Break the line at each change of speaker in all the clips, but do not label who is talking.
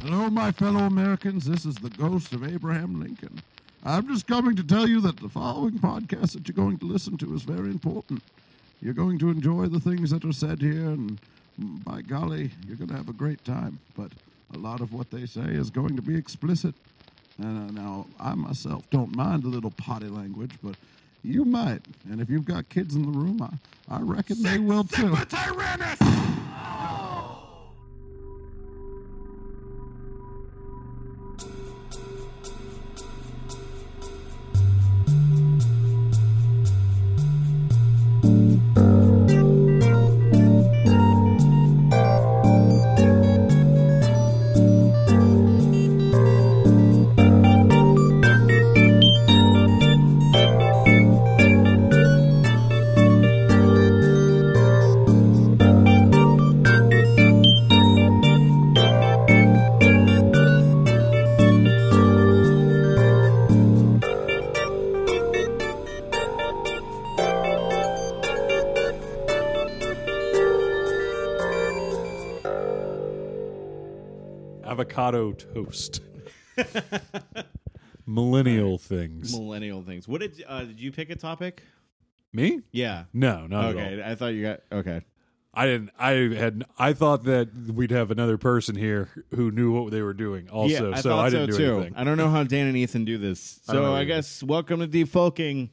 Hello, my fellow Americans. This is the ghost of Abraham Lincoln. I'm just coming to tell you that the following podcast that you're going to listen to is very important. You're going to enjoy the things that are said here, and mm, by golly, you're going to have a great time. But a lot of what they say is going to be explicit. And uh, now, I myself don't mind a little potty language, but you might. And if you've got kids in the room, I, I reckon they will too.
avocado toast. Millennial things.
Millennial things. What did uh, did you pick a topic?
Me?
Yeah.
No, not at all.
Okay. I thought you got okay.
I didn't. I had. I thought that we'd have another person here who knew what they were doing. Also,
yeah, I
so
thought
I didn't
so
do
too.
anything.
I don't know how Dan and Ethan do this.
don't
So
know
I,
either.
guess welcome to defolking.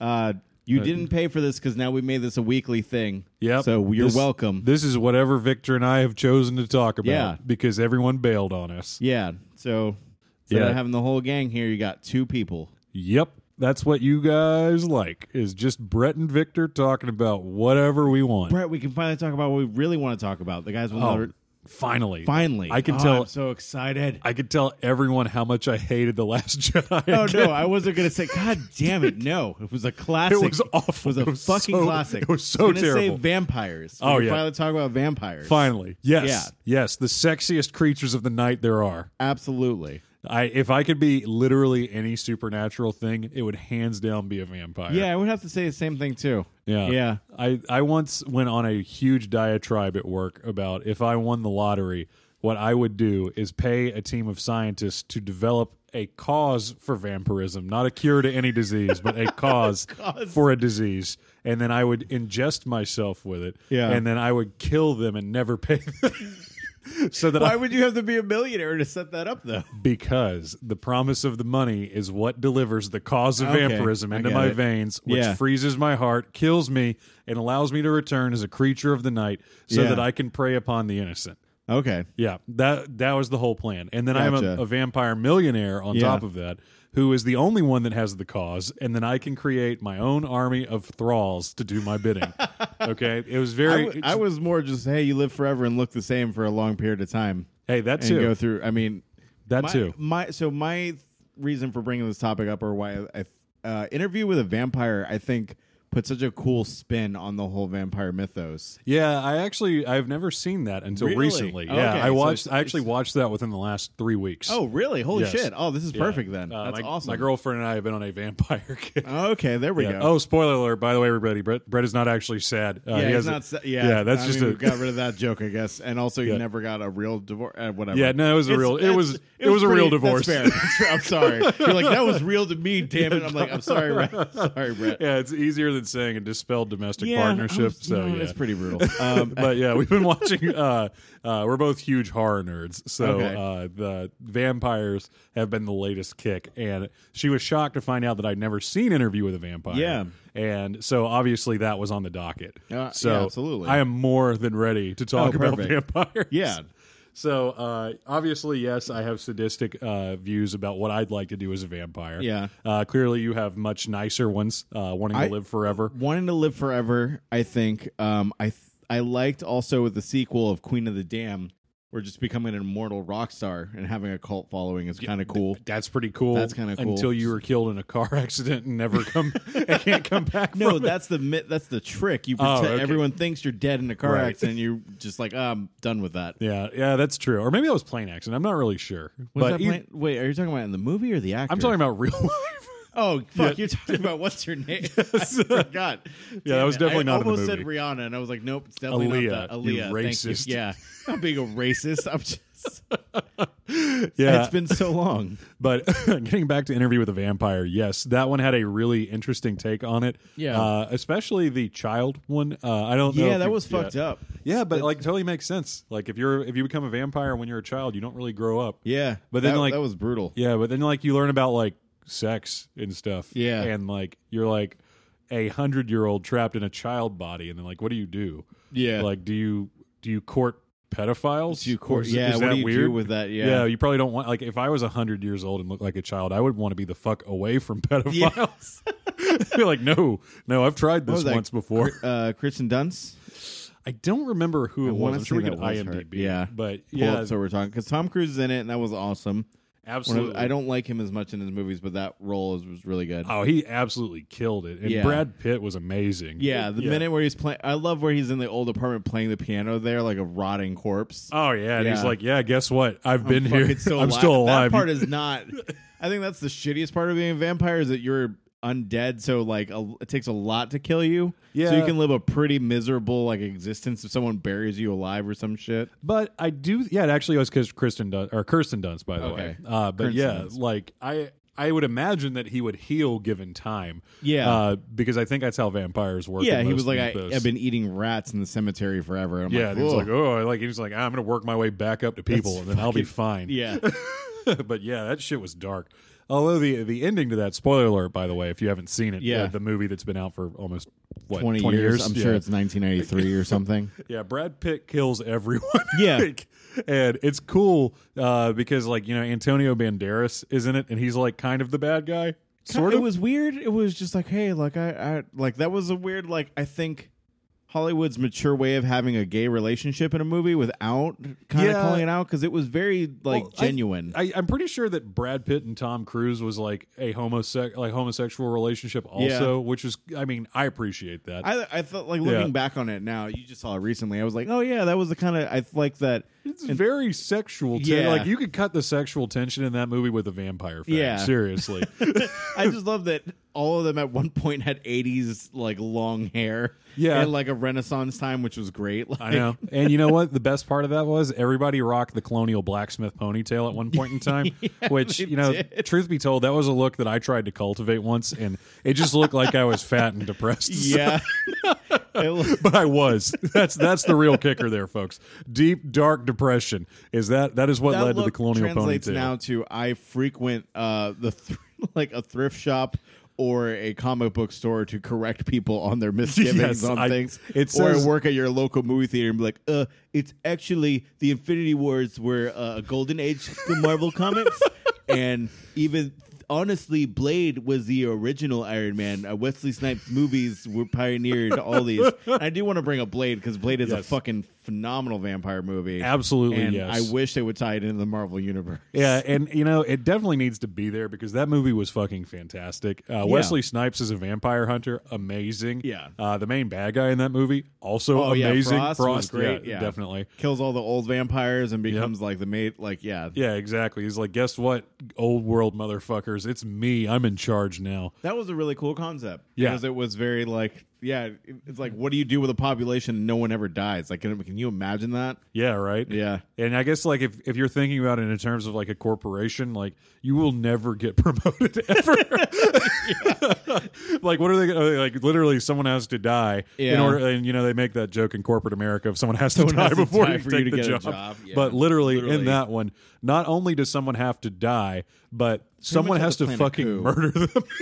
Uh, you didn't pay for this because now we made this a weekly thing.
Yep.
So you're
This-
welcome.
This is whatever Victor and I have chosen to talk about.
Yeah.
Because everyone bailed on us.
yeah. So instead
Yeah.
of having the whole gang here, you got two people.
Yep. That's what you guys like is just Brett and Victor talking about whatever we want.
Brett, we can finally talk about what we really want to talk about. The guys will
Oh,
never-
finally.
finally.
I can
Oh,
tell.
I'm so excited.
I could tell everyone how much I hated the Last Jedi.
Oh
again.
no, I wasn't gonna say. God damn it! No, it was a classic.
It was awful.
It was a
It was
fucking
so-
classic.
it was so
I was gonna
terrible.
Say vampires. We
Oh,
can
yeah.
Finally, talk about vampires.
Finally, yes,
Yeah.
yes, the sexiest creatures of the night there are.
Absolutely.
I, if I could be literally any supernatural thing, it would hands down be a vampire.
Yeah, I would have to say the same thing too.
yeah,
Yeah.
I, I once went on a huge diatribe at work about if I won the lottery, what I would do is pay a team of scientists to develop a cause for vampirism, not a cure to any disease, but a cause, for a disease, and then I would ingest myself with it.
Yeah.
and then I would kill them and never pay them. So that I
Why would you have to be a millionaire to set that up though?
Because the promise of the money is what delivers the cause of
Okay,
vampirism
I
into
get
my
it.
veins, which
Yeah.
freezes my heart, kills me, and allows me to return as a creature of the night so
Yeah.
that I can prey upon the innocent.
Okay.
Yeah, that that was the whole plan. And then I'm
Gotcha.
a, a vampire millionaire on
Yeah.
top of that, who is the only one that has the cause, and then I can create my own army of thralls to do my bidding. okay? It was
I
very
wa- I was more just hey, you live forever and look the same for a long period of time
Hey, that
and
too.
go through. I mean,
that
my,
too.
My so my th- reason for bringing this topic up or why I uh, interview with a vampire, I think, put such a cool spin on the whole vampire mythos.
Yeah, I actually I've never seen that until
Really?
recently. Yeah,
Okay,
I
so
watched
it's-
I actually watched that within the last three weeks.
Oh, really? Holy
Yes.
shit! Oh, this is
Yeah.
perfect then.
Uh,
That's
my,
awesome.
My girlfriend and I have been on a vampire kick.
Okay, there we
Yeah.
go.
Oh, spoiler alert! By the way, everybody, Brett, Brett is not actually sad. Uh,
yeah,
he
he's
has a-
not. sa- Yeah,
yeah, that's
I
just
mean,
a
we got rid of that joke, I guess. And also, you
Yeah.
never got a real divorce. Uh, whatever.
Yeah, no, it was a real- it was- it was a real divorce.
That's fair. That's fair. I'm sorry. You're like that was real to me. Damn it! I'm like I'm sorry, Brett. Sorry, Brett.
yeah. It's easier than saying a dispelled domestic
Yeah, I'm-
partnership.
you
So
know,
yeah.
it's pretty brutal. Um,
but yeah, we've been watching. Uh, uh, we're both huge horror nerds, so
Okay.
uh, the vampires have been the latest kick. And she was shocked to find out that I'd never seen Interview with a Vampire.
Yeah.
and so obviously that was on the docket.
Uh,
so
yeah, absolutely.
I am more than ready to talk
Oh,
about
perfect.
vampires.
Yeah.
So uh, obviously, yes, I have sadistic uh, views about what I'd like to do as a vampire.
Yeah.
Uh, clearly, you have much nicer ones, uh, wanting
I-
to live forever.
wanting to live forever i think um i th- i liked also with the sequel of queen of the dam where just becoming an immortal rock star and having a cult following is kind of cool
That's pretty cool.
That's kinda cool.
Until you were killed in a car accident and never come and can't come back.
no
from it.
that's the myth that's the trick you
Oh,
pretend
okay.
everyone thinks you're dead in a car
Right.
accident you're just like "Ah, i'm done with that
yeah, yeah, that's true. Or maybe that was plane accident. I'm not really sure.
Was
but
that
e-
plan- wait are you talking about in the movie or the actor
I'm talking about real life.
oh fuck
Yeah.
you're talking about what's her name i forgot
Yeah, that was definitely
Damn it. I
not in the
almost
movie.
said rihanna and i was like nope it's definitely
Aaliyah,
not that
you
Aaliyah, thank
racist.
yeah i'm being a racist i'm just
Yeah.
It's been so long.
But getting back to Interview with a Vampire, yes, that one had a really interesting take on it.
Yeah.
Uh, especially the child one. Uh, I don't know.
yeah,
if
that
you-
was
yeah.
fucked up.
Yeah, but like totally makes sense. Like if you're if you become a vampire when you're a child, you don't really grow up.
Yeah,
But then,
that,
like-
that was brutal.
Yeah, but then like you learn about like sex and stuff.
Yeah.
And like you're like a hundred year old trapped in a child body and then like what do you do?
Yeah,
Like do you do you court pedophiles?
Do you court-
Or is- is
yeah. what
that
do you
weird?
do with that? Yeah,
Yeah. you probably don't want like if I was hundred years old and looked like a child, I would want to be the fuck away from pedophiles. You're like, no, no, I've tried
was
this
that?
once before.
Uh, Kristen Dunst.
I don't remember who it was.
wanna
I'm sure we
say
could
that was her.
IMDb.
Yeah.
but
Pull
yeah,
up so we're talking because Tom Cruise is in it, and that was awesome. One
absolutely.
of, I don't like him as much in his movies, but that role is, was really good.
Oh, he absolutely killed it, and
Yeah.
Brad Pitt was amazing.
yeah, the minute where he's playing, I love where he's in the old apartment playing the piano there like a rotting corpse.
Oh yeah, and he's
Yeah.
like, yeah, guess what? I've been here.
Fucking still
I'm
alive.
still alive.
That part is not. I think that's the shittiest part of being a vampire is that you're undead, so like a, it takes a lot to kill you. so
Yeah.
you can live a pretty miserable like existence if someone buries you alive or some shit.
But I do, yeah. It actually was because Kristen Dunst or Kirsten Dunst, by the
Okay.
way. Uh, but
Kirsten
yeah,
Dunst.
like I, I would imagine that he would heal given time.
Yeah.
uh, because I think that's how vampires work.
Yeah,
in
he
most
was like, I,
of those.
I've been eating rats in the cemetery forever. And I'm
Yeah,
like,
and he was
"Whoa."
like, oh, I like he was like, I'm gonna work my way back up to people, and then I'll be fine.
yeah,
but yeah, that shit was dark. Although the the ending to that spoiler alert, by the way, if you haven't seen it,
Yeah.
uh, the movie that's been out for almost what
twenty, years. I'm
yeah.
sure it's 1993 or something.
Yeah, Brad Pitt kills everyone.
Yeah.
Like, and it's cool uh, because like you know Antonio Banderas is in it, and he's like kind of the bad guy, sort
it
of.
was weird. It was just like, hey, like I, I, like that was a weird, like I think Hollywood's mature way of having a gay relationship in a movie without kind
Yeah.
of calling it out because it was very like
Well, I-
genuine.
I, I'm pretty sure that Brad Pitt and Tom Cruise was like a homosex like homosexual relationship also, which is I mean I appreciate that.
I, I, felt like
Yeah.
looking back on it now. You just saw it recently. I was like, oh yeah, that was the kind of I like that.
It's very sexual. Ten-
Yeah.
Like you could cut the sexual tension in that movie with a vampire. Fan.
Yeah.
seriously.
I just love that all of them at one point had 80s like long hair.
Yeah.
and like a Renaissance time, which was great. Like,
I know. And you know what? The best part of that was everybody rocked the colonial blacksmith ponytail at one point in time, which,
they
you know,
did.
truth be told, that was a look that I tried to cultivate once and it just looked like I was fat and depressed. So-
Yeah. It was-
but I was. That's that's the real kicker there, folks. Deep dark depression is that that is what
that
led to the
look
colonial
translates
ponytail.
now to I frequent uh, the thr like a thrift shop or a comic book store to correct people on their misgivings
Yes,
on
I-
things.
it
or
says-
work at your local movie theater and be like, "Uh, it's actually the Infinity Wars were uh, a golden age to Marvel comics, and even." Honestly, Blade was the original Iron Man. Uh, Wesley Snipes movies were pioneered all these. And I do want to bring up Blade because Blade is a
Yes.
fucking phenomenal vampire movie.
Absolutely,
and
yes.
I wish they would tie it into the Marvel universe.
Yeah, and you know it definitely needs to be there because that movie was fucking fantastic. Uh, Wesley Snipes is a vampire hunter, amazing.
Yeah.
uh, the main bad guy in that movie also
Oh, yeah,
amazing.
Frost was great, yeah.
definitely.
Kills all the old vampires and becomes like the mate. Like, yeah.
Yeah, exactly. He's like, guess what, old world motherfuckers, it's me. I'm in charge now.
That was a really cool concept.
Yeah.
Because it was very like, yeah, it- it's like, what do you do with a population and no one ever dies? Like, can, can you imagine that?
Yeah, right.
Yeah.
And I guess like if, if you're thinking about it in terms of like a corporation, like you will never get promoted ever. like what are they gonna like? Literally, someone has to die in
Yeah.
order, and you know they make that joke in corporate America if someone has to
Someone
die
has to
before
die
you
for
take
you to
the
get a
job.
job, yeah.
But literally, in
Literally.
that one, not only does someone have to die, but someone
much
has
have
to
to plan a
fucking
coup.
murder them.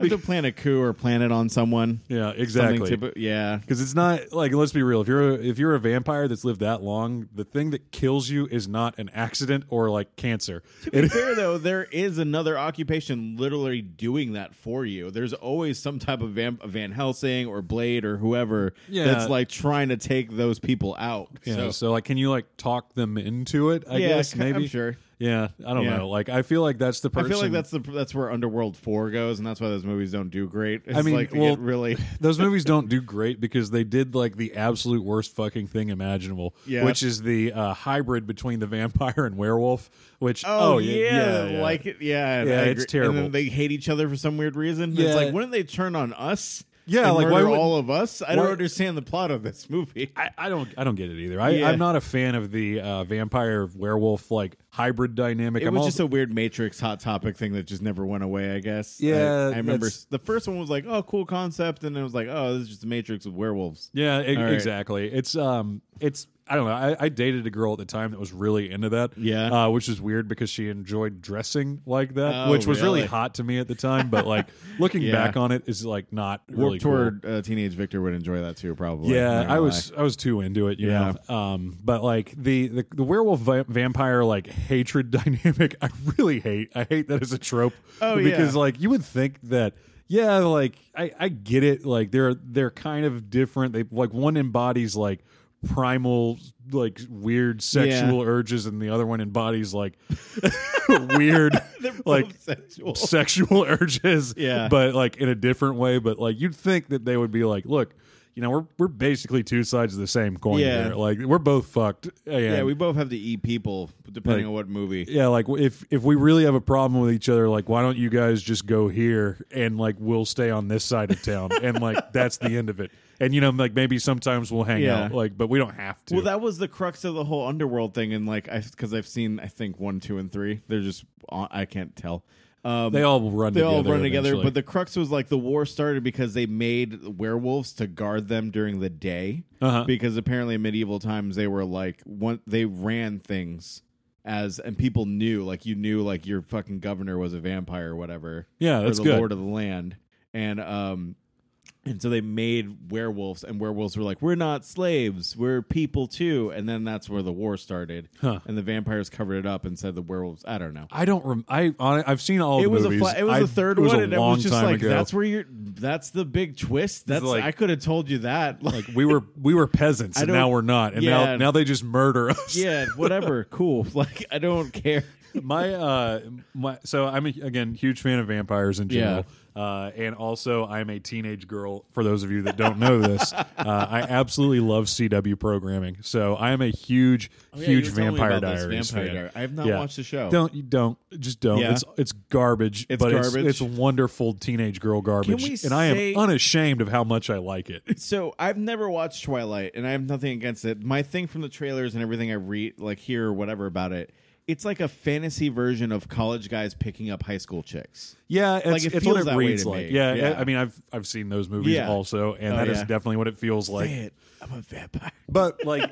Like to plan a coup or plan it on someone.
yeah,
Something
exactly.
typi- yeah.
Because it's not like let's be real. If you're a, if you're a vampire that's lived that long, the thing that kills you is not an accident or like cancer.
To be fair though, there is another occupation literally doing that for you. There's always some type of Van, Van Helsing or Blade or whoever
Yeah.
that's like trying to take those people out.
Yeah. So,
So-
like, can you like talk them into it? I
Yeah,
guess
ki- I'm
maybe.
sure.
Yeah, I don't
Yeah.
know. Like, I feel like that's the
I
person.
feel like that's the that's where Underworld Four goes, and that's why those movies don't do great. It's
I mean,
like they
well,
get really
those movies don't do great because they did like the absolute worst fucking thing imaginable,
Yeah.
which is the uh, hybrid between the vampire and werewolf. Which
oh,
oh,
yeah,
yeah, yeah.
like it yeah
Yeah,
I
it's
agree. And
terrible.
then they hate each other for some weird reason.
Yeah.
It's like wouldn't they turn on us?
Yeah,
and
like, why
murder
would-
all of us?
why-
I don't understand the plot of this movie.
I, I don't I don't get it either. I,
Yeah.
I'm not a fan of the uh, vampire werewolf like hybrid dynamic.
It
I'm
was
also-
just a weird Matrix hot topic thing that just never went away. I guess. I-
Yeah,
I, remember
that's-
s- the first one was like, "Oh, cool concept," and then it was like, "Oh, this is just a Matrix with werewolves."
Yeah, e-
All right.
exactly. It's um, it's I don't know. I, I dated a girl at the time that was really into that.
Yeah.
uh, which is weird because she enjoyed dressing like that,
Oh,
which was really?
really?
hot to me at the time. But like looking
Yeah.
back on it, is like not really
Warped
cool.
Tour uh, teenage Victor would enjoy that too, probably.
Yeah,
not gonna
I was I was too into it, you
Yeah.
know. Um, but like the the, the werewolf va- vampire like hatred dynamic, I really hate. I hate that as a trope.
Oh,
because
yeah.
like you would think that yeah, like I I get it. Like they're they're kind of different. They like one embodies like primal like weird sexual urges and the other one embodies like weird like
both sexual.
sexual urges
Yeah.
but like in a different way but like you'd think that they would be like look you know we're we're basically two sides of the same coin
Yeah.
here like we're both fucked and,
lie. Yeah, we both have to eat people depending
Like-
on what movie.
yeah like if if we really have a problem with each other like why don't you guys just go here and like we'll stay on this side of town and like that's the end of it and you know like maybe sometimes we'll hang
Yeah.
out like but we don't have to
Well, that was the crux of the whole underworld thing, and like, I because I've seen I think one, two, and three. They're just uh, I can't tell. Um,
they all run
they
together
all run together,
eventually.
but the crux was like the war started because they made werewolves to guard them during the day.
Uh-huh.
Because apparently, in medieval times, they were like one. They ran things as and people knew, like you knew, like your fucking governor was a vampire or whatever.
Yeah, that's
or the
good.
Lord of the land, and um, and so they made werewolves, and werewolves were like, "We're not slaves, we're people too." And then that's where the war started,
Huh.
and the vampires covered it up and said the werewolves. I don't know.
I don't. Rem- I on, I've seen all.
It
the
was
movies.
a fla- it was
I-
the third
it was
one,
a
and
long
it was just
time
like
ago.
that's where you're. That's the big twist. That's
like-
I could have told you that. Like,
Like we were we were peasants
I
and
don't-
now we're not and now
Yeah.
now they just murder us
yeah, whatever, cool. Like I don't care.
my uh my so i'm a, again huge fan of vampires in general uh and also i'm a teenage girl for those of you that don't know this uh, i absolutely love cw programming so i am a huge
Oh, yeah,
huge
you were telling me
vampire
about this
diaries
Vampire
fan.
Diary. I have not watched the show.
don't you don't just don't
Yeah.
it's it's garbage
It's
but
garbage.
it's wonderful teenage girl garbage
we
and i
say-
am unashamed of how much i like it
So I've never watched Twilight, and I have nothing against it. My thing from the trailers and everything I read, like hear or whatever about it, it's like a fantasy version of college guys picking up high school chicks.
Yeah, it's,
it
it's
feels
what it
that way
reads
to
like.
me.
Yeah,
Yeah.
I mean, I've I've seen those movies
Yeah.
also, and
Oh,
that is
yeah.
definitely what it feels like.
Man, I'm a vampire.
But like,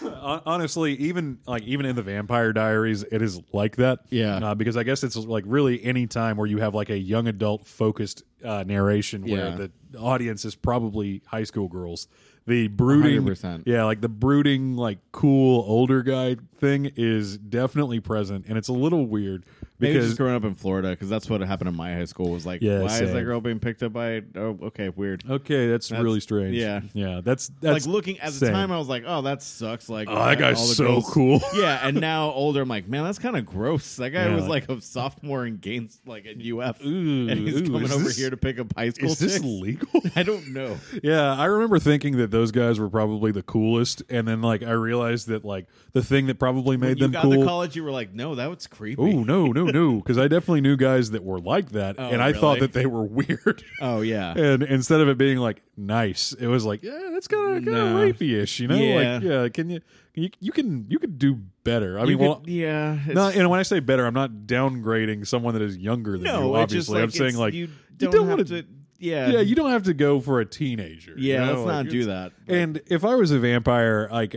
hon- honestly, even like even in the Vampire Diaries, it is like that.
Yeah.
uh, because I guess it's like really any time where you have like a young adult focused uh, narration where
Yeah.
the audience is probably high school girls. The brooding,
100%.
yeah, like the brooding, like cool older guy thing is definitely present, and it's a little weird
Maybe
because
just growing up in Florida, because that's what happened in my high school. Was like,
Yeah,
why is that
same.
girl being picked up by? Oh, okay, weird.
Okay, that's, really strange.
yeah.
yeah, that's that's
like looking at the
same.
time, I was like, "Oh, that sucks!" Like,
Oh, that guy's
all the
so
girls-
cool.
yeah, and now older, I'm like, "Man, that's kind of gross." That guy
Yeah,
was
like-
like, a sophomore in Gaines, like at UF,
Ooh,
and he's
ooh,
coming
is
over
this-
here to pick up high school.
Is this
chicks.
legal?
I don't know.
yeah, I remember thinking that those guys were probably the coolest, and then like I realized that like the thing that probably made
you
them
got to
cool.
college, you were like, "No, that was creepy."
Oh no, no, no! Because I definitely knew guys that were like that, and I thought
Oh, really?
that they were weird.
Oh yeah,
and instead of it being like nice, it was like yeah, that's kind of kind of
No.
rapey-ish, you know?
Yeah.
Like yeah, can you, you you can you could do better? I mean,
You could-
well,
yeah, it's-
No, and when I say better, I'm not downgrading someone that is younger than you.
no, it's
Obviously,
just like
I'm saying
it's-
like
you
don't,
don't
want
have to. Yeah,
Yeah, you don't have to go for a teenager. you
yeah.
know? Like,
Let's not do
it's-
that.
And if I was a vampire, like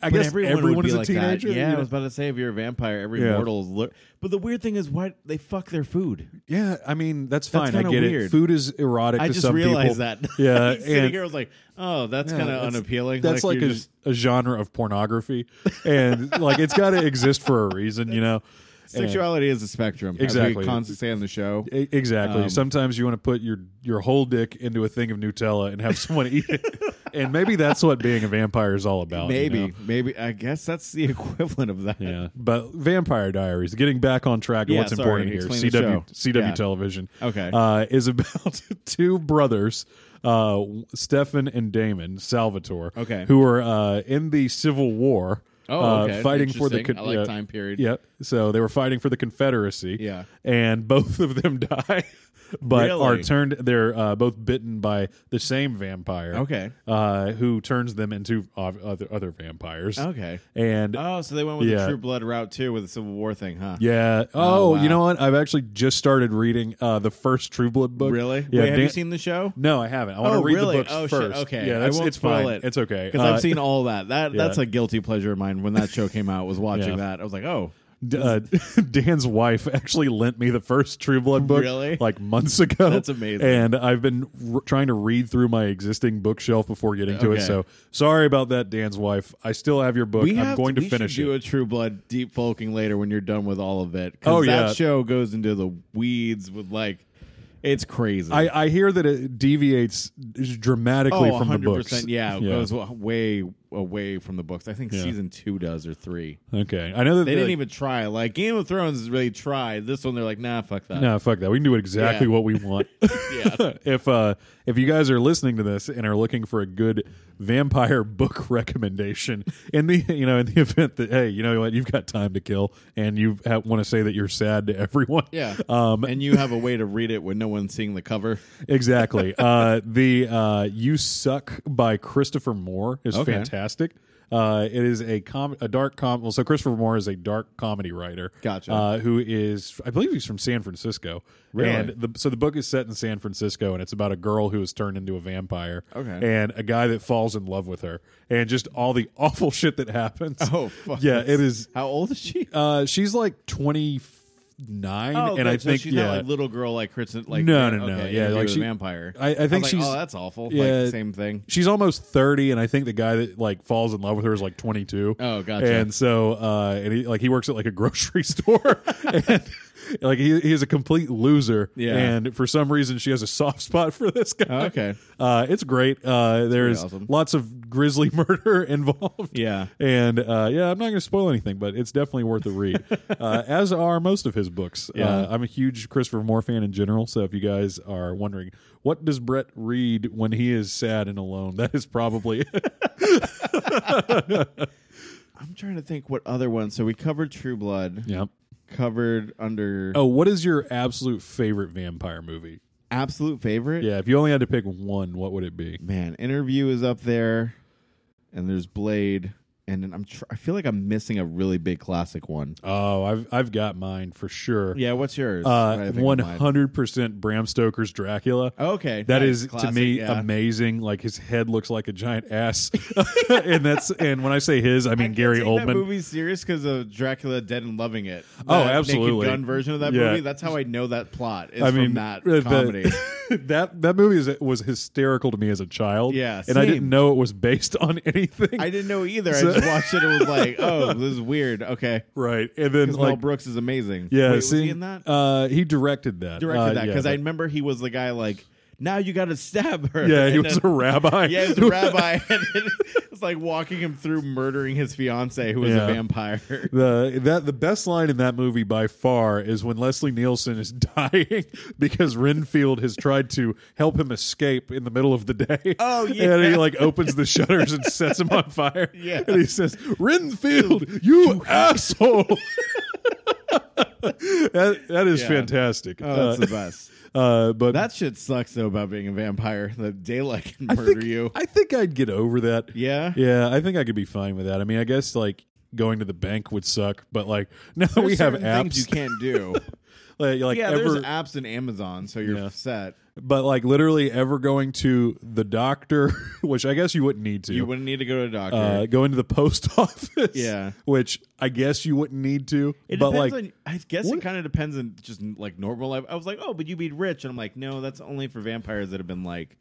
I guess everyone,
would
is
be
a
like that.
teenager.
Yeah,
you
I
know?
was about to say if you're a vampire, every
Yeah.
mortal is. Lo- but the weird thing is, why they fuck their food?
yeah. I mean, that's fine. I
kinda
get it.
weird.
Food is erotic.
I
to
just
some
realized
people.
that.
Yeah,
sitting
and-
here, I was like, oh, that's
Yeah,
kind of
it's-
unappealing.
That's like,
you're
a,
just
a genre of pornography, and like it's got to exist for a reason, you know. And-
sexuality is a spectrum. As
Exactly.
we constantly say on the show.
E- Exactly.
Um,
Sometimes you want to put your your whole dick into a thing of Nutella and have someone eat it, and maybe that's what being a vampire is all about. you
Maybe,
know?
maybe. I guess that's the equivalent of that.
Oh, Yeah, but Vampire Diaries, getting back on track to
Yeah,
what's
sorry,
important here,
explain the show.
CW CW
Yeah.
television,
Okay.
uh, is about two brothers, uh, Stefan and Damon Salvatore,
Okay.
who are uh, in the Civil War,
Oh, okay.
uh, fighting for the
Interesting. I like
yeah.
time period.
Yep. So they were fighting for the Confederacy.
Yeah.
and both of them die. but are
Really?
turned. They're uh, both bitten by the same vampire.
Okay.
uh, who turns them into ov- other other vampires?
Okay.
and
Oh, so they went with
Yeah.
the True Blood route too with the Civil War thing, huh?
yeah. Oh,
wow.
you know what? I've actually just started reading uh, the first True Blood book.
Really?
Yeah.
Wait, have
Dan-
you seen the show?
No, I haven't. I want to
Oh,
read
really?
the books
Oh, shit.
first.
Okay. I
Yeah, that's,
won't
it's fine.
spoil it.
It's okay.
Because
Uh,
I've seen all that. That
yeah.
that's a guilty pleasure of mine. When that show came out, was watching
Yeah.
that. I was like, oh,
D- uh, Dan's wife actually lent me the first True Blood book
Really?
like months ago.
That's amazing.
And I've been r- trying to read through my existing bookshelf before getting to it.
Okay.
So sorry about that, Dan's wife. I still have your book.
we
I'm
have
going to,
we should
finish
do
it.
a True Blood deep folking later when you're done with all of it. 'Cause
Oh, yeah.
that show goes into the weeds with like, it's crazy.
I, I hear that it deviates dramatically
oh,
from the
100%,
books.
Yeah, it goes wa- way away from the books. I think season two does or three.
Okay. I know that
They didn't
like,
even try. Like Game of Thrones really tried. This one, they're like, nah, fuck that.
No, fuck that. We can do exactly
Yeah.
what we want.
Yeah.
if uh if you guys are listening to this and are looking for a good vampire book recommendation in the you know in the event that hey, you know what, you've got time to kill and you ha- want to say that you're sad to everyone.
Yeah.
Um
and you have a way to read it when no one's seeing the cover.
exactly. Uh, the uh, "You Suck" by Christopher Moore is
Okay.
fantastic. Uh, it is a com- a dark com. Well, so Christopher Moore is a dark comedy writer.
Gotcha.
Uh, who is I believe he's from San Francisco.
Really?
And the, so the book is set in San Francisco, and it's about a girl who is turned into a vampire.
Okay.
And a guy that falls in love with her, and just all the awful shit that happens.
Oh, fuck.
Yeah, it is.
How old is she?
Uh, she's like twenty nine, and I
Oh, good. So
think
she's
yeah,
not like little girl like Kristen. Like
No, no, no.
okay,
Yeah,
interview
like
with a
she-
vampire.
I- I think
I'm like,
she's-
oh, that's awful.
yeah.
like, same thing.
she's almost 30 and i think the guy that like falls in love with her is like 22
Oh, gotcha.
and so uh and he like he works at like a grocery store and like he, he is a complete loser
Yeah.
and for some reason she has a soft spot for this guy
Oh, okay.
uh it's great uh there's
awesome.
lots of grisly murder involved
Yeah.
and uh yeah i'm not gonna spoil anything but it's definitely worth a read uh as are most of his books uh,
Yeah.
i'm a huge christopher moore fan in general so if you guys are wondering what does brett read when he is sad and alone that is probably
I'm trying to think what other ones. So we covered True Blood.
yeah
Covered under
oh what is your absolute favorite vampire movie
absolute favorite.
yeah if you only had to pick one what would it be
Man, interview is up there, and there's Blade, and then I'm. Tr- I feel like I'm missing a really big classic one.
oh i've i've got mine for sure
Yeah. What's yours? What do
uh
I think of
one
mine?
hundred percent Bram Stoker's Dracula.
Okay,
that
nice.
is
Classic,
to me
yeah.
amazing. Like his head looks like a giant ass, and that's and when I say his, I mean Gary
can't take That
Oldman.
movie serious because of Dracula Dead and Loving It. The
Oh, absolutely.
Naked Gun version of that
Yeah.
movie. That's how I know that plot. Is
I mean
from that
uh, the-
comedy.
that that movie is, was hysterical to me as a child.
Yeah,
and I
same.
didn't know it was based on anything.
I didn't know either.
So-
I just watched it and was like, "Oh, this is weird." Okay,
right, and then
'Cause
like
Mel Brooks is amazing.
yeah,
Wait, was
seeing
he in that?
Uh, he directed that.
Directed
Uh,
that
yeah,
because I
but-
remember he was the guy like, "Now you got to stab her."
yeah, he
And
was
then-
a rabbi.
yeah, he was a rabbi. and then it's like walking him through murdering his fiance who was
Yeah.
a vampire.
The that the best line in that movie by far is when Leslie Nielsen is dying because Renfield has tried to help him escape in the middle of the day.
Oh, yeah.
and he like opens the shutters and sets him on fire.
Yeah.
and he says, "Renfield, you asshole." that that is
Yeah.
fantastic.
Oh, that's
Uh,
the best.
uh, but
That shit sucks though about being a vampire. The daylight can
I
murder
think,
you.
I think I'd get over that.
Yeah.
Yeah, I think I could be fine with that. I mean, I guess like going to the bank would suck, but like now that
There's
we have
certain things
apps.
you can't do.
like, like
yeah,
ever,
there's apps and Amazon, so you're
Yeah.
set.
but like literally ever going to the doctor, which I guess you wouldn't need to.
You wouldn't need to go to a doctor.
uh, going to the post office,
Yeah.
which I guess you wouldn't need to.
it
but like,
depends on. I guess
what-
it kind of depends on just like normal life. I was like, oh, but you'd be rich, and I'm like, no, that's only for vampires that have been like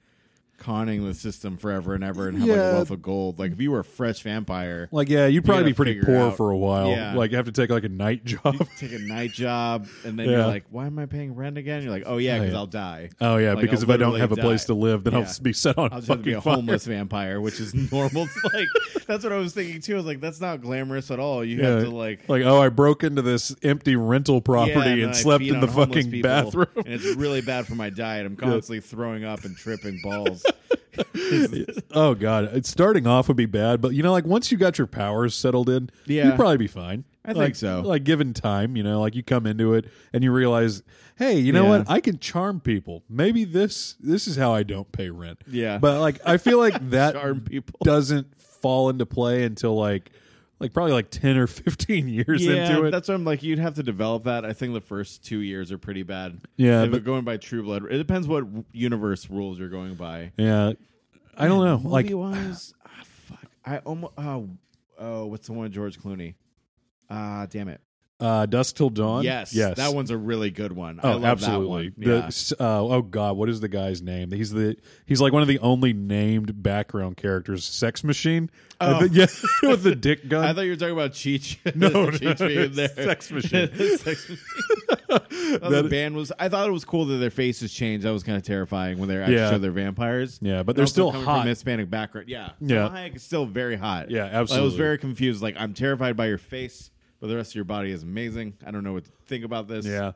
conning the system forever and ever and have like
Yeah.
a wealth of gold. Like if you were a fresh vampire,
like yeah, you'd probably
gotta
be pretty
figure
poor
out-
for a while.
Yeah.
Like you have to take like a night job.
take a night job, and then
Yeah.
you're like, why am I paying rent again? You're like, oh yeah, because
yeah.
I'll die.
Oh yeah,
Like,
because
I'll
if I don't
literally
have a place
die.
to live, then
Yeah.
I'll be set on
I was going
fucking
to be a
fire.
homeless vampire, which is normal. It's like that's what I was thinking too. I was like, that's not glamorous at all. You have to like,
oh, I broke into this empty rental
Yeah,
property and,
then I
slept
feed
in
on
the
homeless
fucking
people,
bathroom.
and it's really bad for my diet. I'm constantly throwing up and tripping balls.
Oh god, It's- starting off would be bad, but you know, like once you got your powers settled in,
Yeah.
you'd probably be fine.
I think
like,
so.
Like given time, you know, like you come into it and you realize, hey, you know
Yeah.
what? I can charm people. Maybe this this is how I don't pay rent.
Yeah.
but like I feel like that
Charm people.
doesn't fall into play until like like probably like ten or fifteen years
Yeah,
into it.
that's what I'm like. You'd have to develop that. I think the first two years are pretty bad.
Yeah,
if
but-
you're going by True Blood, it depends what w- universe rules you're going by.
yeah, I don't know. Like
Movie wise, ah, fuck. I almost. Oh, oh, what's the one with George Clooney? Ah, damn it.
uh, Dust Till Dawn.
Yes,
yes,
that one's a really good one. I
Oh,
love
absolutely.
That one.
The- s- uh, oh God, what is the guy's name? He's the he's like one of the only named background characters. Sex Machine. I
Oh.
think- yeah, with the dick gun.
I thought you were talking about Cheech.
No, no,
Cheech being there.
Sex Machine.
Sex Machine. I thought the band was. I thought it was cool that their faces changed. That was kind of terrifying when they're actually
Yeah.
sure they're vampires.
Yeah, but
And
they're
also
still
coming
hot.
from Hispanic background. Yeah,
Yeah.
Salma Hayek is still very hot.
Yeah,
I was
absolutely.
very confused. Like I'm terrified by your face, but the rest of your body is amazing. I don't know what to think about this.
yeah,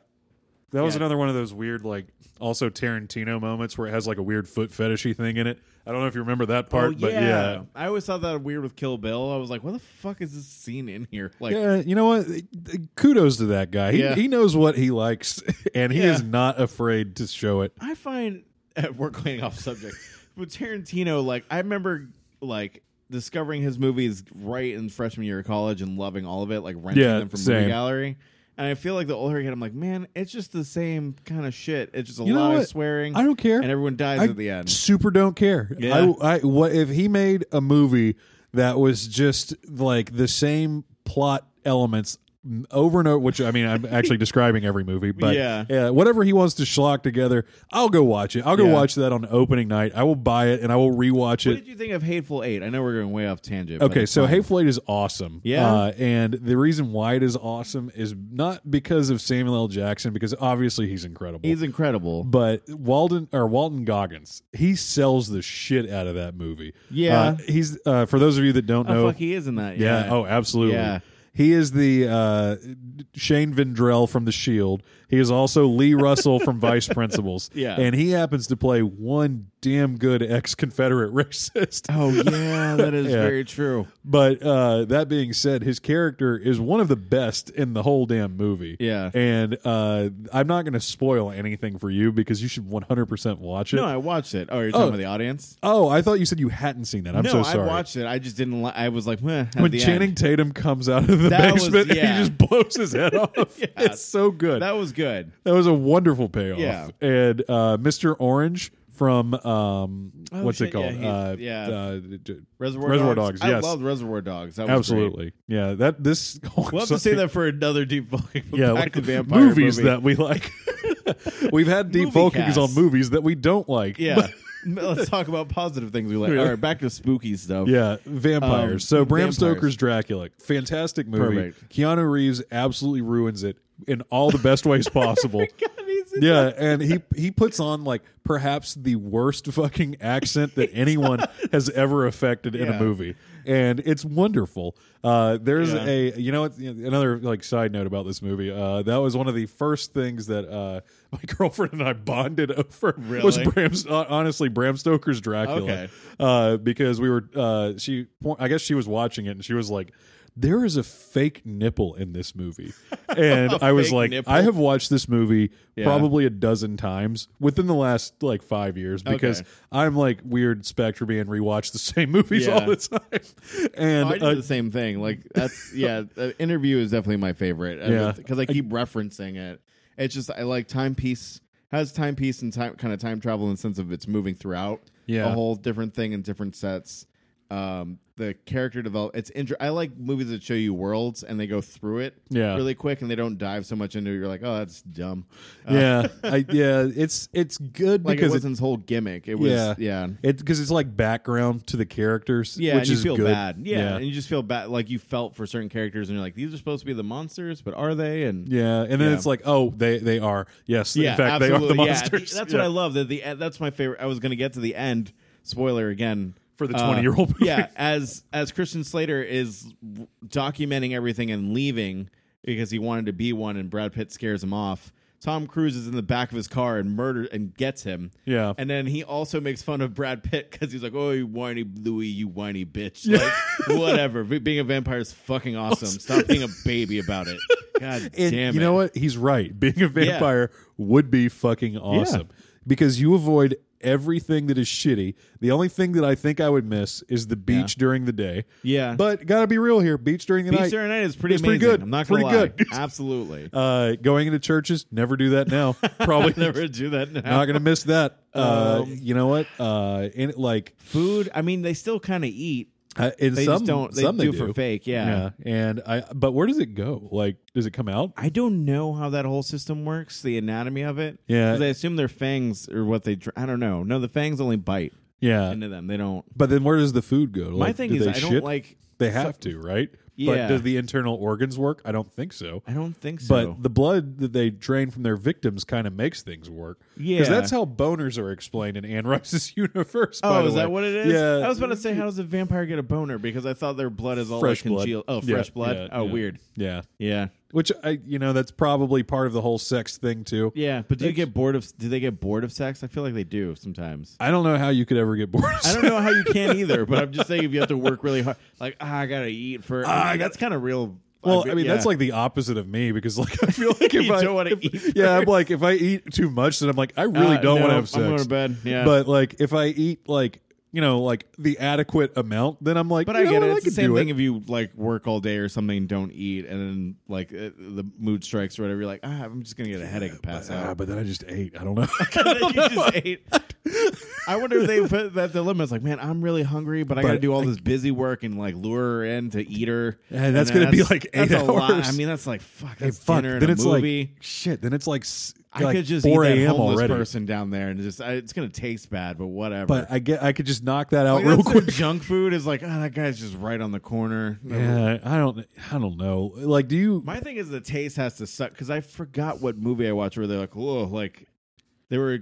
that was
Yeah.
another one of those weird, like also Tarantino moments where it has like a weird foot fetishy thing in it. I don't know if you remember that part,
Oh,
but yeah.
I always thought that weird with Kill Bill. I was like, what the fuck is this scene in here? Like,
Yeah, you know what? Kudos to that guy. He,
Yeah.
he knows what he likes, and he
Yeah.
is not afraid to show it.
I find eh, we're going off subject. With Tarantino, like I remember like discovering his movies right in freshman year of college and loving all of it, like renting
Yeah,
them from
same.
movie gallery. And I feel like the older I get, I'm like, man, it's just the same kind of shit. It's just a
You know
lot of
what?
swearing.
I don't care.
and everyone dies
I
at the end.
Super don't care.
Yeah.
I, I, what if he made a movie that was just like the same plot elements over and over? Which I mean, I'm actually describing every movie, but
Yeah.
whatever he wants to schlock together, I'll go watch it. I'll go
Yeah.
watch that on opening night. I will buy it and I will rewatch
What
it.
did you think of Hateful Eight? I know we're going way off tangent. but
Okay,
it's
so
fine.
Hateful Eight is awesome.
Yeah?
Uh, and the reason why it is awesome is not because of Samuel L. Jackson, because obviously he's incredible.
he's incredible.
but Walden or Walton Goggins, he sells the shit out of that movie.
Yeah.
Uh, he's uh, for those of you that don't
Oh
know,
fuck, he is in that.
yeah,
Yeah.
oh, absolutely.
Yeah.
He is the uh, Shane Vendrell from The Shield. He is also Lee Russell from Vice Principals.
Yeah.
and he happens to play one damn good ex-Confederate racist.
Oh, yeah, that is
Yeah.
very true.
But uh, that being said, his character is one of the best in the whole damn movie.
Yeah.
and uh, I'm not going to spoil anything for you because you should 100% watch it.
No, I watched it. Oh, you're talking
Oh.
about the audience?
Oh, I thought you said you hadn't seen that. I'm
no,
so sorry.
I watched it. I just didn't. Li- I was like, meh, at
when
the
Channing
end.
Tatum comes out of the
That was-
basement,
yeah.
he just blows his head off.
Yeah.
It's so good.
that
That,
was good.
was a wonderful payoff.
Yeah.
And uh, Mr. Orange from um,
Oh,
what's it
shit,
called?
yeah,
uh,
he- yeah.
uh, d- d-
Reservoir,
Reservoir
Dogs.
Dogs, yes.
I loved Reservoir Dogs. That was
absolutely. Yeah. That this.
Great. We'll have to say that for another deep focus.
Yeah,
back
like
to vampire
movies
movie.
that we like. We've had deep
Movie
focus
casts.
on movies that we don't like.
Yeah, let's talk about positive things we like. All right, back to spooky stuff.
Yeah, vampires.
Um,
so Bram
vampires.
Stoker's Dracula, fantastic movie.
Perfect.
Keanu Reeves absolutely ruins it in all the best ways
Oh
possible. yeah, and he he puts on like perhaps the worst fucking accent that anyone has ever affected in
Yeah.
a movie, and it's wonderful. Uh, there's
Yeah.
a you know what- another like side note about this movie. Uh, that was one of the first things that uh, my girlfriend and I bonded over. Was
Really?
Bram uh, honestly Bram Stoker's Dracula?
Okay.
uh, because we were uh, she I guess she was watching it and she was like there is a fake nipple in this movie and I was
Fake
like
nipple?
I have watched this movie
Yeah.
probably a dozen times within the last like 5 years because
Okay.
I'm like weird spectrum and rewatch the same movies
Yeah.
all the time and
I did
uh,
the same thing. Like that's yeah. The interview is definitely my favorite.
Yeah.
because I keep referencing it. It's just I like timepiece has timepiece and time kind of time travel in the sense of it's moving throughout.
Yeah.
a whole different thing in different sets. Um, the character develop. It's inter- I like movies that show you worlds and they go through it.
Yeah.
really quick and they don't dive so much into. it. You're like, oh, that's dumb. Uh,
yeah I, yeah it's it's good
like it
because
wasn't his whole gimmick. It was
Yeah.
yeah.
it because it's like background to the characters,
Yeah,
which
and you
is
feel
good.
bad. Yeah, and you just feel bad, like you felt for certain characters, and you're like, these are supposed to be the monsters, but are they? And
Yeah, and then
Yeah.
it's like, oh, they they are. Yes, in fact, they are the
absolutely. Yeah,
monsters.
the- that's
Yeah.
what I love. That the uh, that's my favorite. I was going to get to the end. Spoiler again
For the
Uh,
20-year-old movie.
Yeah, as as Christian Slater is w- documenting everything and leaving because he wanted to be one, and Brad Pitt scares him off. Tom Cruise is in the back of his car and murder and gets him.
Yeah.
And then he also makes fun of Brad Pitt because he's like, "Oh, you whiny Louis, you whiny bitch." Like, whatever. Be- Being a vampire is fucking awesome. Stop being a baby about it. God
Oh, And
damn it.
you know what? He's right. Being a vampire would be fucking awesome because you avoid everything that is shitty. The only thing that I think I would miss is the beach during the day.
Yeah.
But gotta be real here. Beach during the
Beach
night.
Saturday night is pretty
It's pretty
amazing.
good.
I'm not gonna
Pretty
lie.
good.
Absolutely.
uh, going into churches, never do that now. Probably
Never Um, do that now.
not gonna miss that. Uh, you know what? Uh, in like
Food. I mean, they still kind of eat.
uh, in
They
some
just don't. They
some
do,
they
for fake. Yeah.
Yeah, and I. But where does it go? Like, does it come out?
I don't know how that whole system works. The anatomy of it.
Yeah.
'Cause I assume their fangs are what they. Dr- I don't know. No, the fangs only bite
Yeah,
into them. They don't.
But then where does the food go?
My
Like,
thing
do
is,
they
I don't
shit?
like.
They have to, right? But
Yeah.
does the internal organs work? I don't think so.
I don't think
But
so.
the blood that they drain from their victims kind of makes things work.
Yeah.
that's how boners are explained in Anne Rice's universe. by
oh,
the
is that
way.
what it is?
Yeah.
I was about to say, how does a vampire get a boner? Because I thought their blood is all
fresh
like
blood.
congealed. Oh,
Yeah,
fresh blood.
yeah,
oh,
yeah.
weird.
Yeah.
Yeah.
Which I, you know, that's probably part of the whole sex thing too.
Yeah. But do you get bored of? Do they get bored of sex? I feel like they do sometimes.
I don't know how you could ever get bored. Of
I don't know how you can either, but I'm just saying if you have to work really hard, like ah, I gotta eat for. Ah, that's kind of real.
Well, I mean, that's
yeah.
like the opposite of me because, like, I feel like if
You
I
don't wanna
if-
eat
yeah, I'm like if I eat too much, then I'm like I really
Uh,
don't want
no,
to have sex.
I'm going to bed. Yeah,
But like if I eat like you know like the adequate amount, then I'm like,
But
you
I
know
get
what,
it.
I
It's the
could
same
do
thing
it.
if you like work all day or something, and don't eat, and then like uh, the mood strikes or whatever. You're like, ah, I'm just gonna get a headache and pass
Ah,
out.
but then I just ate. I don't know.
And then you just ate. I wonder if they put that dilemma. It's like, man, I'm really hungry, but I got to
But
do all this busy work and like lure her in to eat her.
And that's gonna
then
be, like, eight
that's A lot.
hours.
I mean, that's like fuck.
hey,
That's
fuck.
dinner
Then
and a
it's
movie.
like shit. Then it's like s-
I
like
could just
4
eat that
a.m.
homeless
already.
person down there, and just I, it's gonna taste bad, but whatever.
But I get I could just knock that out
Like,
real
that's
quick.
the junk food is like, oh, that guy's just right on the corner.
Yeah, I don't I don't know. Like, do you?
My thing is the taste has to suck because I forgot what movie I watched where they're like, whoa, like they were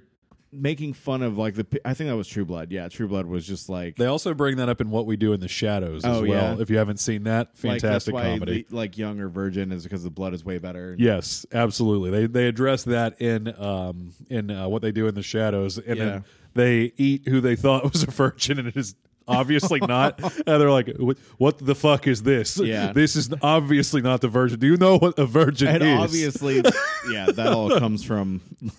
making fun of like the. p- I think that was True Blood. Yeah, True Blood was just like
They also bring that up in What We Do in the Shadows as
Oh,
well.
yeah.
If you haven't seen that,
like, that's
fantastic
why
comedy.
The, like younger virgin is because the blood is way better.
Yes, absolutely. They they address that in um in uh, what they do in the shadows, and
Yeah.
then they eat who they thought was a virgin, and it is obviously not. And they're like, "What, what the fuck is this?
Yeah.
this is obviously not the virgin. Do you know what a virgin
and
is?
obviously, yeah, that all comes from.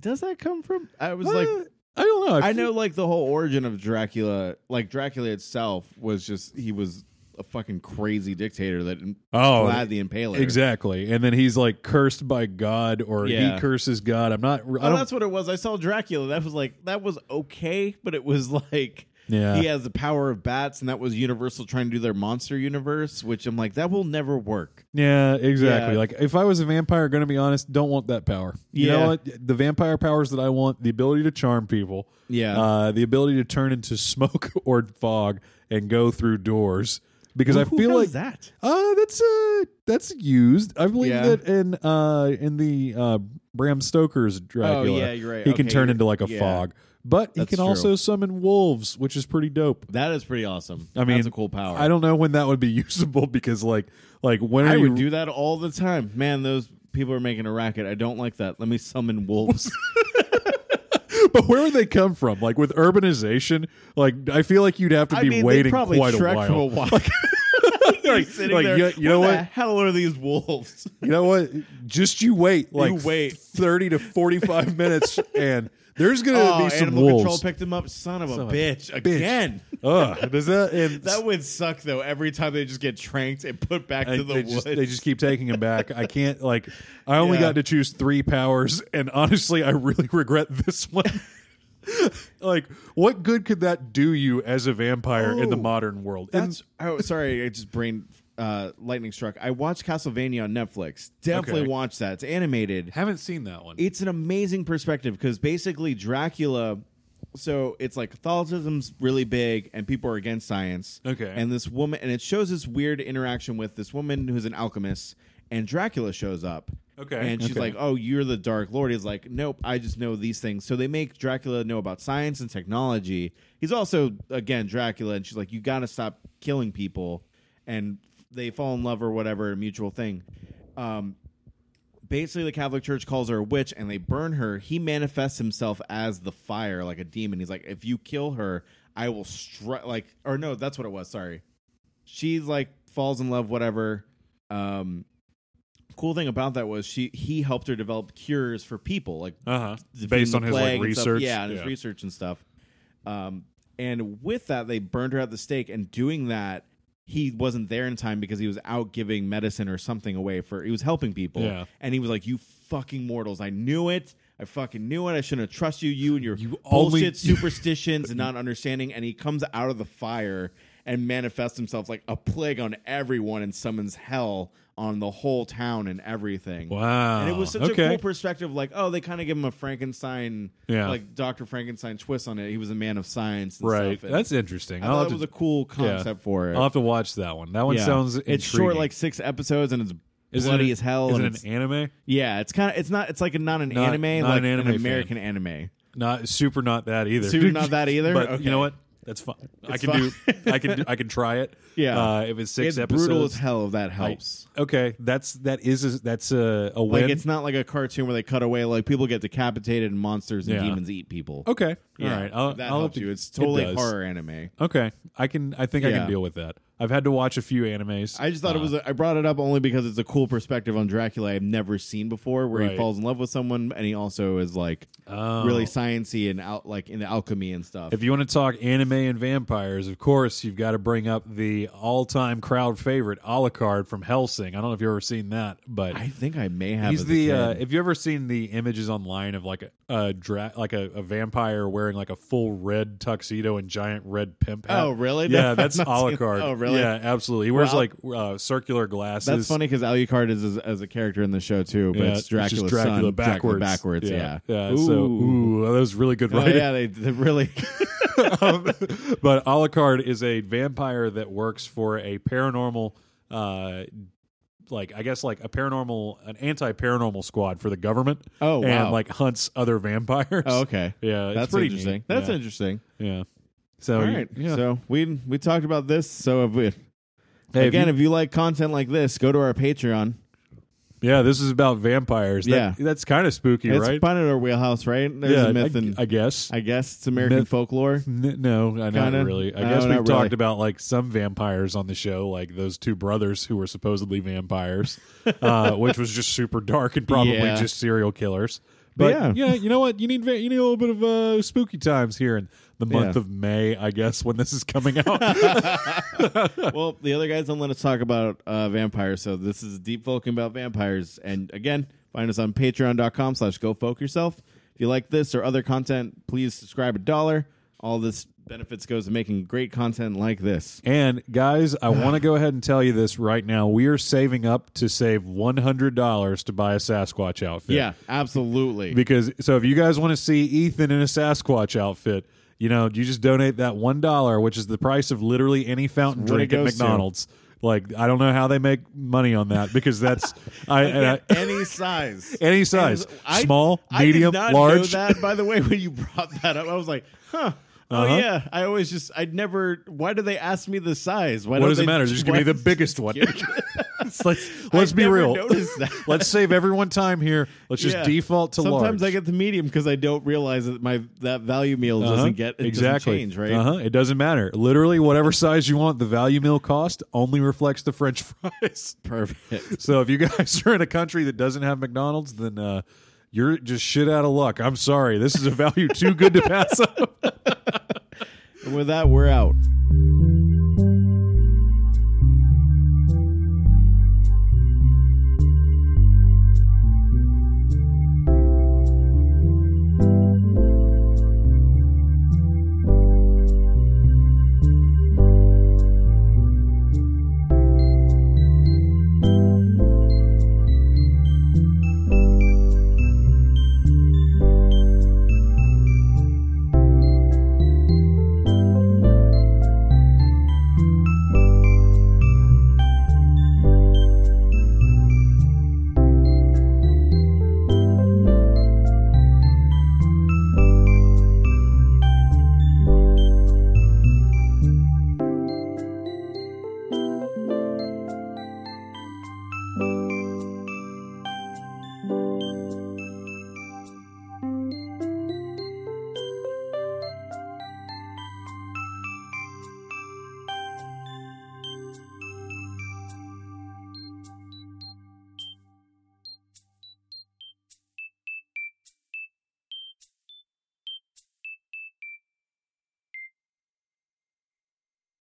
Does that come from? I was
Uh,
like,
I don't know.
I know like the whole origin of Dracula, like Dracula itself was just he was a fucking crazy dictator that
Oh,
Vlad the Impaler.
exactly. And then he's like cursed by God, or
Yeah.
he curses God. I'm not. I
Oh,
don't.
that's what it was. I saw Dracula. That was like that was okay, but it was like
Yeah.
he has the power of bats, and that was Universal trying to do their monster universe, which I'm like that will never work.
Yeah, exactly.
Yeah.
Like if I was a vampire, going to be honest, don't want that power. You
Yeah.
know what? The vampire powers that I want: the ability to charm people.
Yeah.
Uh, the ability to turn into smoke or fog and go through doors. Because I
Who
feel like
has that.
Uh, that's uh, that's used. I believe
Yeah.
that in uh, in the uh, Bram Stoker's Dracula,
Oh, yeah, you're right.
he can
Okay,
turn
you're-
into like a
yeah.
fog, but he
That's
can
true.
also summon wolves, which is pretty dope.
That is pretty awesome.
I mean,
that's a cool power.
I don't know when that would be usable because like like when are
I
you
would do that all the time. Man, those people are making a racket. I don't like that. Let me summon wolves.
But where would they come from? Like with urbanization, like I feel like you'd have to be
I mean, they
waiting
probably
quite a
trekked for a
while.
while.
Like-
Sitting
like,
there,
you, you know
where The
what?
hell are these wolves?
You know what? Just you wait. Like
wait.
thirty to forty-five minutes, and there's gonna
Oh,
be some
animal control
wolves.
picked him up. Son of a
Son of a
bitch! Again.
Ugh, does that? And,
That would suck though. Every time they just get tranked and put back
I-
to the
they,
woods.
just, they just keep taking him back. I can't like. I only
Yeah.
got to choose three powers, and honestly, I really regret this one. like, what good could that do you as a vampire in the
Oh,
modern world? And-
That's oh sorry, I just brain uh, lightning struck. I watched Castlevania on Netflix. Definitely
Okay.
watch that. It's animated.
haven't seen that one.
It's an amazing perspective because basically Dracula. So it's like Catholicism's really big and people are against science.
Okay.
And this woman, and it shows this weird interaction with this woman who's an alchemist, and Dracula shows up.
Okay.
And she's
Okay.
like, oh, you're the Dark Lord. He's like, nope, I just know these things. So they make Dracula know about science and technology. He's also, again, Dracula. And she's like, you got to stop killing people. And they fall in love or whatever, a mutual thing. Um, basically the Catholic Church calls her a witch and they burn her. He manifests himself as the fire, like a demon. He's like, if you kill her, I will strike. Like, or no, that's what it was. Sorry, she's like falls in love, whatever. Um, cool thing about that was she he helped her develop cures for people, like
Uh huh.
defeating
Based
the
on his like
plague and stuff.
research.
yeah, and his research and stuff. Um, and with that, they burned her at the stake. And doing that, he wasn't there in time because he was out giving medicine or something away for he was helping people.
Yeah.
And he was like, "You fucking mortals! I knew it." I fucking knew it. I shouldn't have trusted you. You and your
You
bullshit
only-
superstitions and not understanding. And he comes out of the fire and manifests himself like a plague on everyone and summons hell on the whole town and everything.
Wow.
And it was such
Oh, okay.
a cool perspective. Like, oh, they kind of give him a Frankenstein,
Yeah.
like Dr. Frankenstein twist on it. He was a man of science. And
Right.
Stuff. And
That's interesting.
I
I'll have
thought that
to-
was a cool
yeah.
concept for it.
I'll have to watch that one. That one
Yeah.
sounds
It's
intriguing.
short, like six episodes, and it's
Is it
bloody
an-
as hell.
Is
and
it
it's-
an anime?
yeah, it's kind of it's not it's like a, not an
Not-
anime,
not
like
an anime fan.
American anime.
Not super. Not that either.
Super not that either?
But
Okay.
you know what? That's fine. I
It's
can
fine.
do. I can. Do, I can try it.
Yeah.
Uh, if it's six
it's
episodes,
brutal as hell. If that
I-
helps.
okay, that's that is a, that's a, a win.
like it's not like a cartoon where they cut away. Like people get decapitated and monsters and
Yeah.
demons eat people.
okay.
Yeah,
All right. I'll,
if that
I'll have
helps
to-
you. It's
it
totally
does.
horror anime.
Okay, I can. I think I
Yeah.
can deal with that. I've had to watch a few animes.
I just thought it
Uh,
was. A, I brought it up only because it's a cool perspective on Dracula I've never seen before, where
Right.
he falls in love with someone and he also is like
oh.
really sciency and out like into alchemy and stuff.
If you want to talk anime and vampires, of course you've got to bring up the all-time crowd favorite Alucard from Helsing. I don't know if you've ever seen that, but
I think I may have.
he's
as a
the.
kid.
Uh, have you ever seen the images online of like a, a dra- like a, a vampire wearing like a full red tuxedo and giant red pimp hat?
Oh, really? No,
Yeah,
I've
that's
not seen-
Alucard.
Oh, really?
Yeah, absolutely. He wears
Well,
like uh, circular glasses.
that's funny because Alucard is as, as a character in the show too, but
Yeah,
it's
just
Dracula's
Dracula
son,
backwards.
Dracula backwards, yeah.
yeah.
Ooh.
So, ooh, that was really good
Oh,
writing.
yeah, they, they really.
Um, but Alucard is a vampire that works for a paranormal, uh, like I guess like a paranormal, an anti-paranormal squad for the government.
Oh,
and
wow.
like hunts other vampires.
oh, okay,
Yeah, it's
that's
pretty
interesting.
neat.
That's
yeah.
interesting.
yeah. So
All
you-
right,
yeah.
so we we talked about this. So if we,
Hey, if
again,
you-
if you, like content like this, go to our Patreon.
yeah, this is about vampires. That-
Yeah.
that's kind of spooky,
It's
right?
fun at our wheelhouse, right? There's
yeah,
a myth
I,
and
I guess.
I guess it's American
Myth.
folklore.
N- no, I
Kinda.
not really. I
No,
guess
not
we've
really.
talked about like some vampires on the show, like those two brothers who were supposedly vampires, uh, which was just super dark and probably
Yeah.
just serial killers. But yeah.
Yeah.
you know what? You need va- you need a little bit of uh, spooky times here in the month
Yeah.
of May, I guess, when this is coming out.
well, the other guys don't let us talk about uh, vampires, so this is Deep Vulcan about vampires. And again, find us on patreon.com slash go folk yourself. If you like this or other content, please subscribe a dollar. All this benefits goes to making great content like this.
And guys, I want to go ahead and tell you this right now. We are saving up to save one hundred dollars to buy a Sasquatch outfit.
Yeah, absolutely.
Because so if you guys want to see Ethan in a Sasquatch outfit, you know, you just donate that one dollar, which is the price of literally any fountain
What it
drink at
goes to.
McDonald's. Like I don't know how they make money on that because that's I, and I
Any size.
any size,
I-
small,
I did
medium,
not
large.
Know that by the way, when you brought that up, I was like, huh.
Uh-huh.
Oh yeah, I always just I never. Why do they ask me the size? Why
What
don't
does it
they-
matter? Just give
why-
me the biggest one. let's let's
I
be
never
real.
noticed that.
Let's save everyone time here. Let's just
Yeah.
default to large.
Sometimes I get the medium because I don't realize that my that value meal
Uh-huh.
doesn't get it
exactly
doesn't change right.
Uh-huh. It doesn't matter. Literally, whatever size you want, the value meal cost only reflects the French fries.
Perfect.
so if you guys are in a country that doesn't have McDonald's, then uh, you're just shit out of luck. I'm sorry. This is a value too good to pass up.
And with that, we're out.